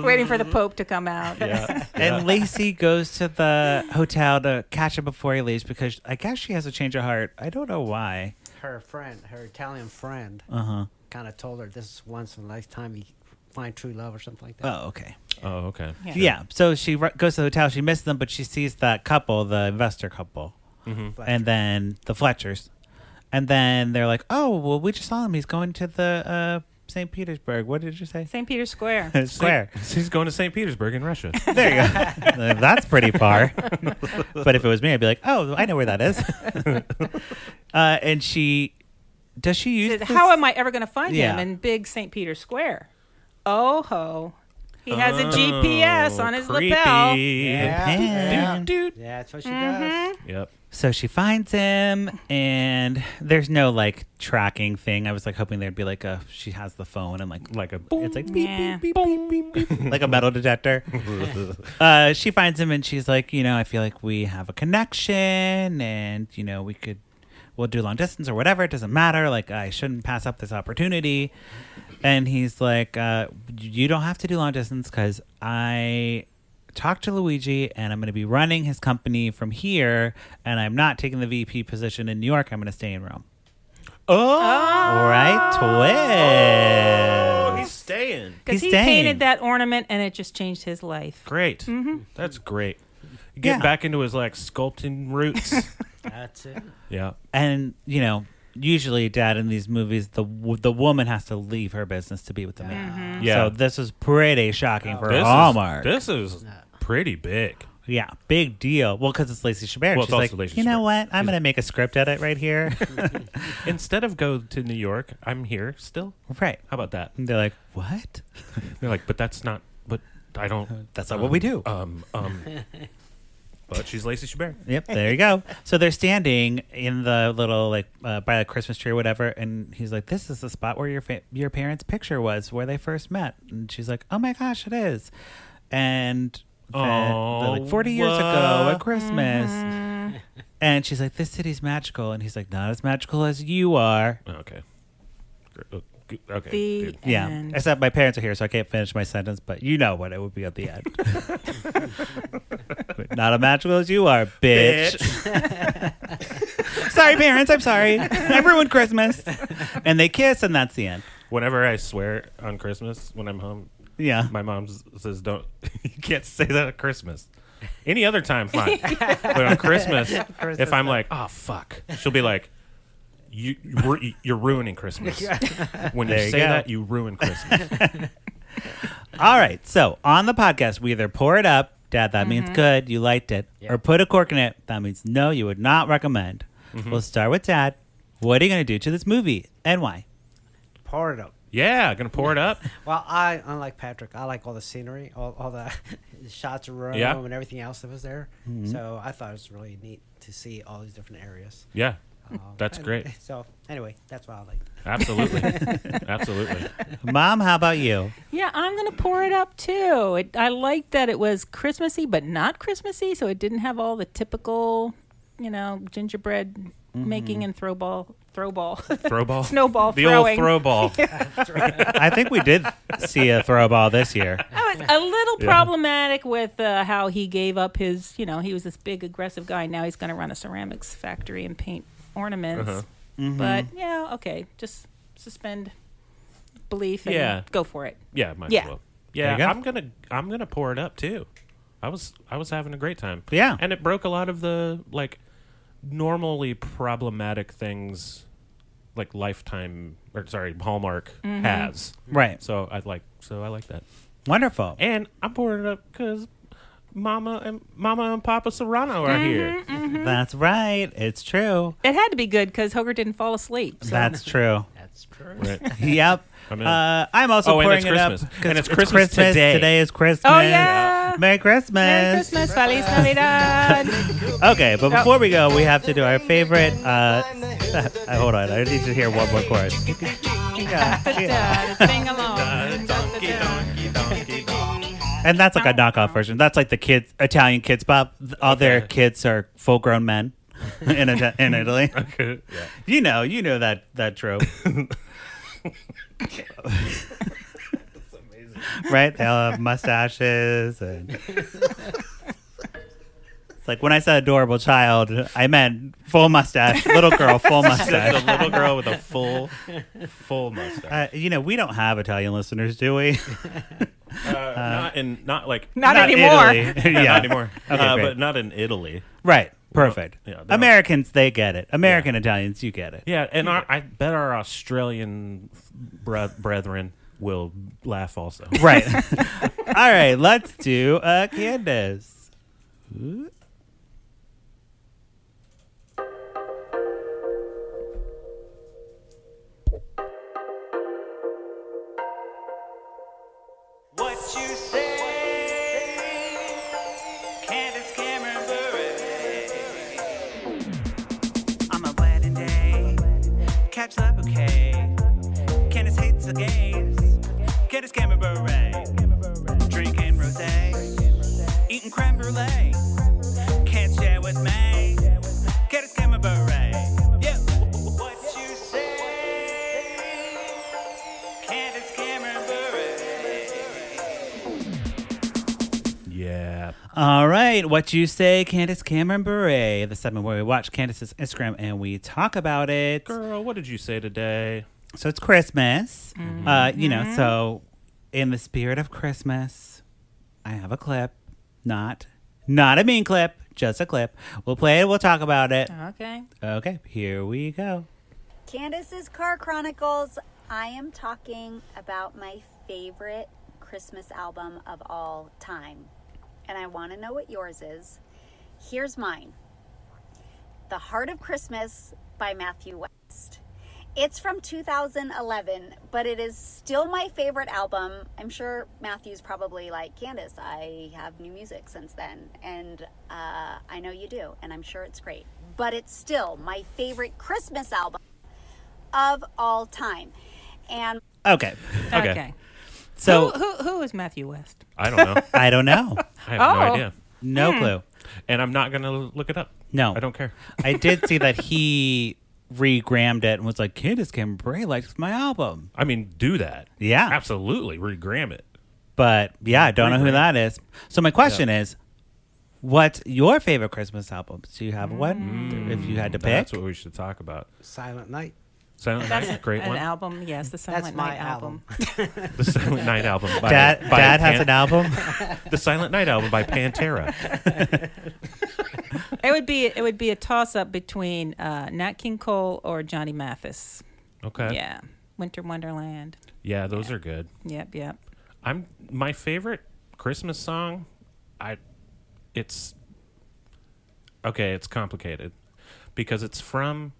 C: Waiting for the Pope to come out.
B: yeah.
A: And Lacey goes to the hotel to catch him before he leaves because I guess she has a change of heart. I don't know why.
D: Her friend, her Italian friend,
A: Uh
B: Uh-huh.
A: huh.
D: kind of told her this is once in a lifetime you find true love or something like that.
A: Oh, okay.
B: Oh, okay.
C: Yeah.
A: Yeah. So she r- goes to the hotel. She misses them, but she sees that couple, the investor couple,
D: Fletcher.
A: and then the Fletchers, and then they're like, "Oh, well, we just saw him. He's going to the uh, St. Petersburg. What did you say?
C: St. Peter's Square.
A: Square.
B: He's going to St. Petersburg in Russia.
A: There you go. Uh, That's pretty far. but if it was me, I'd be like, "Oh, I know where that is." uh, and she does she use
C: Said,
A: this-
C: How am I ever going to find
A: Yeah.
C: him in big St. Peter's Square? Oh ho. He has
A: Oh,
C: a GPS on his
B: Oh, creepy.
C: lapel.
D: Yeah.
A: Pan.
B: Dude.
D: yeah, that's what she does.
B: Yep.
A: So she finds him, and there's no like tracking thing. I was like hoping there'd be like a she has the phone and like
B: Like a
A: it's like beep,
C: Yeah.
A: beep, beep, beep, beep, like a metal detector. uh, she finds him and she's like, you know, I feel like we have a connection, and you know, we could we'll do long distance or whatever. It doesn't matter. Like I shouldn't pass up this opportunity. And he's like, uh, you don't have to do long distance because I talked to Luigi and I'm going to be running his company from here, and I'm not taking the VP position in New York. I'm going to stay in Rome.
B: Oh,
A: All right, twist.
B: he's staying.
C: Because
A: He's
C: he
A: staying.
C: painted that ornament and it just changed his life.
B: Great. That's great. Get
A: Mm-hmm. Yeah.
B: back into his like sculpting roots.
D: That's it.
B: yeah.
A: and you know usually dad in these movies the w- the woman has to leave her business to be with the man
B: Yeah.
A: so this is pretty shocking for
B: Mm-hmm. Oh. This
A: hallmark
B: Is, this is pretty big.
A: yeah big deal well because it's lacey chabert
B: Well, it's
A: she's
B: also
A: like
B: Lacey
A: you know
B: Chabert.
A: what i'm
B: She's-
A: gonna make a script edit right here
B: Instead of go to New York, I'm here still.
A: right
B: How about that?
A: and they're like what
B: They're like, but that's not. But I don't.
A: That's not what we do.
B: Um. Um. but she's Lacey Chabert.
A: yep there you go so they're standing in the little like uh, by the christmas tree or whatever and he's like this is the spot where your fa- your parents picture was where they first met and she's like oh my gosh it is and then,
B: Oh,
A: like 40 years ago
B: what?
A: at christmas and she's like this city's magical and he's like not as magical as you are
B: Oh, Okay. Gr- uh, g- Okay.
C: The
B: dude.
A: yeah
C: end.
A: except my parents are here so i can't finish my sentence but you know what it would be at the end But not as magical as you are bitch. sorry, parents. I'm sorry. I ruined Christmas. And they kiss, and that's the end.
B: Whenever I swear on Christmas when I'm home,
A: Yeah.
B: my mom s- says, "Don't you can't say that at Christmas." Any other time, fine. but on Christmas, if I'm like, "Oh fuck," she'll be like, "You you're, you're ruining Christmas." When you
A: There you
B: say
A: go.
B: that, you ruin Christmas.
A: All right. So on the podcast, we either pour it up, Dad, that means good, you liked it,
D: Yeah.
A: or put a cork in it, that means no, you would not recommend. We'll start with Dad. What are you going to do to this movie, and why?
D: Part of.
B: yeah, gonna pour it up.
D: Well, I unlike Patrick, I like all the scenery, all, all the shots of Rome
B: Yeah.
D: and everything else that was there. So I thought it was really neat to see all these different areas.
B: Yeah,
A: Oh,
D: Um,
B: That's
D: and-
B: great.
D: So anyway, that's what I like.
B: absolutely, absolutely.
A: Mom, how about you?
C: Yeah, I'm going to pour it up too. It, I like that it was Christmassy, but not Christmassy, so it didn't have all the typical, you know, gingerbread
A: Mm-hmm.
C: making and throw ball, throw ball,
B: Throw ball,
C: snowball
B: the
C: throwing.
B: old throw ball.
A: I think we did see a throw ball this year.
C: I was a little
B: Yeah.
C: problematic with uh, how he gave up his, you know, he was this big aggressive guy. Now he's going to run a ceramics factory and paint ornaments.
B: Uh-huh.
D: Mm-hmm.
C: But yeah, okay, just suspend belief and
B: Yeah.
C: go for it.
B: Yeah, might
C: Yeah.
B: as well.
A: There you
B: Yeah,
A: go.
B: I'm gonna I'm gonna pour it up too. I was I was having a great time.
A: Yeah.
B: and it broke a lot of the like normally problematic things like Lifetime or sorry Hallmark
C: Mm-hmm.
B: has.
A: Right.
B: So I like so I like that.
A: Wonderful.
B: And I'm pouring it up because Mama and Mama and Papa Serrano
C: Mm-hmm.
B: are here.
A: That's right. It's true.
C: It had to be good because Hoger didn't fall asleep. So.
A: That's true.
D: That's true.
B: Right.
A: yep.
B: I'm in.
A: Uh, I'm also
B: Oh, and
A: pouring
B: it's
A: it up
B: Christmas.
A: 'cause
B: And it's Christmas today.
A: Today is Christmas.
C: Oh yeah,
A: Merry Christmas.
C: Merry Christmas, Feliz Navidad.
A: Okay, but before we go, we have to do our favorite. Uh, hold on, I need to hear one more chorus.
C: Sing along.
A: And that's like a knockoff version. That's like the kids Italian kids pop. All their
B: Okay.
A: kids are full grown men in Ita- in Italy.
B: yeah.
A: You know, you know that that trope. right? They all have mustaches and It's like when I said adorable child, I meant full mustache, little girl, full
B: The
A: mustache.
B: little girl with a full, full
A: Uh,
B: mustache.
A: you know, we don't have Italian listeners, do we?
B: Uh, not in, not like,
C: Not anymore.
A: Italy.
B: yeah,
A: yeah,
B: not anymore.
A: Okay,
B: uh,
A: great.
B: but not in Italy.
A: Right. Perfect.
B: Yeah, they don't-
A: Americans, they get it. American Italians, you get it.
B: Yeah, and our, I bet our Australian bre- brethren will laugh also.
A: Right. All right, let's do uh, Candace.
E: What you say, Candace Cameron Bure. On my wedding day, catch the bouquet. Candace hates the gays. Candace Cameron Bure. Drinking rosé, eating creme brulee. Can't share with me. Candace Cameron Bure. Yeah. What you say. Candace Cameron Bure.
B: Yeah.
A: All right, what you say, Candace Cameron Bure, the segment where we watch Candace's Instagram and we talk about it.
B: Girl, what did you say today?
A: So it's Christmas, uh, you know. So, in the spirit of Christmas, I have a clip, not not a mean clip, just a clip. We'll play it. We'll talk about it.
C: Okay.
A: Okay, here we go.
F: Candace's Car Chronicles. I am talking about my favorite Christmas album of all time. And I want to know what yours is. Here's mine The Heart of Christmas by Matthew West. It's from 2011, but it is still my favorite album. I'm sure Matthew's probably like, Candace, I have new music since then. And uh, I know you do, and I'm sure it's great. But it's still my favorite Christmas album of all time. And
A: Okay,
C: Okay. Who,
A: so
C: who, who is Matthew West?
B: I don't know.
A: I don't know,
B: I have no
C: Oh.
B: idea.
A: no clue.
B: And I'm not going to look it up.
A: No.
B: I don't care.
A: I did see that he regrammed it and was like, "Candace Cameron Bure likes my album,"
B: I mean, do that.
A: Yeah.
B: Absolutely. Regram it.
A: but yeah, I don't know who
B: Regram.
A: that is. So my question is. What's your favorite Christmas album? Do you have one? If you had to pick,
B: That's what we should talk about.
D: Silent Night.
B: Silent
C: That's
B: Night, great
C: an
B: one.
C: album. Yes, the Silent
D: That's
C: Night
D: my album.
B: the Silent Night album. By,
A: Dad,
B: by
A: Dad has
B: Pan-
A: an album.
B: The Silent Night album by Pantera.
C: It would be it would be a toss up between uh, Nat King Cole or Johnny Mathis.
B: Okay.
C: yeah, Winter Wonderland.
B: Yeah, those are good.
C: Yep, yep.
B: I'm my favorite Christmas song. I, it's okay. It's complicated because it's from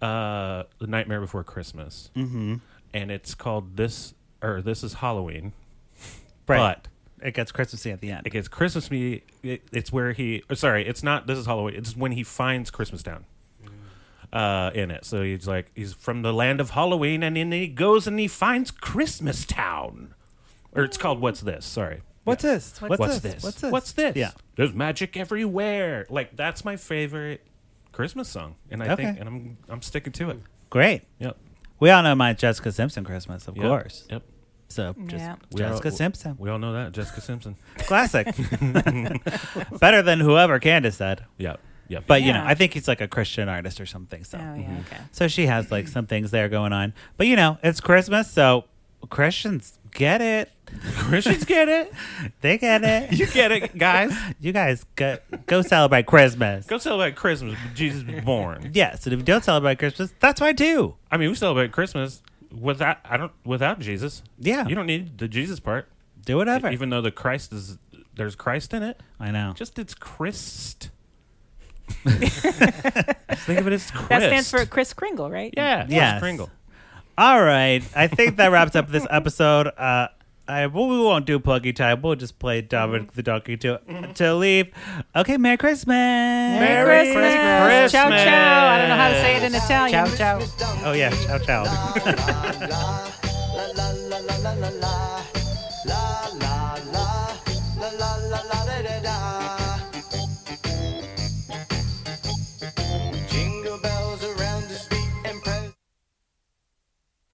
B: uh, the Nightmare Before Christmas, mm-hmm. and it's called this or this is Halloween. But
A: it gets Christmassy at the end.
B: it gets Christmas me. It, it's where he. oh, Sorry, it's not. This is Halloween. It's when he finds Christmas Town. Uh, in it, so he's like he's from the land of Halloween, and then he goes and he finds Christmas Town, or it's called what's this? Sorry,
A: What's this? What's,
B: What's this?
A: What's this?
B: Yeah.
A: Yeah.
B: There's magic everywhere. Like that's my favorite Christmas song, and I
A: Okay.
B: think, and I'm I'm sticking to it.
A: Great.
B: Yep.
A: We all know my Jessica Simpson Christmas, of
B: Yep.
A: course.
B: Yep.
A: So just
C: Yeah.
B: We
A: Jessica
B: all-
A: Simpson.
B: We all know that Jessica Simpson.
A: Classic. Better than whoever Candace said.
B: Yep. Yep.
A: But, you know,
C: Yeah.
A: I think he's like a Christian artist or something. So.
C: Oh
B: Mm-hmm.
C: yeah, okay.
A: so she has like some things there going on. But, you know, it's Christmas. So Christians get it.
B: Christians get it.
A: They get it.
B: You get it, guys.
A: you guys go, go celebrate Christmas.
B: Go celebrate Christmas. Jesus was born.
A: Yes. And if you don't celebrate Christmas, that's why I do.
B: I mean, we celebrate Christmas without I don't without Jesus.
A: Yeah.
B: You don't need the Jesus part,
A: Do whatever.
B: even though the Christ is there's Christ in it.
A: I know.
B: Just it's Christ. Think of it as Christ.
C: That stands for Chris Kringle, right?
B: Yeah. Kris
A: Yes.
B: Kringle.
A: All right. I think that wraps up this episode. Uh, I, well, we won't do Pluggy Time. We'll just play Dominic the Donkey to to leave. Okay, Merry Christmas. Merry
C: Christmas. Ciao, ciao. I don't know how to say it in Italian.
D: Ciao, ciao.
A: Oh yeah, ciao ciao.
G: la la la la la la la la la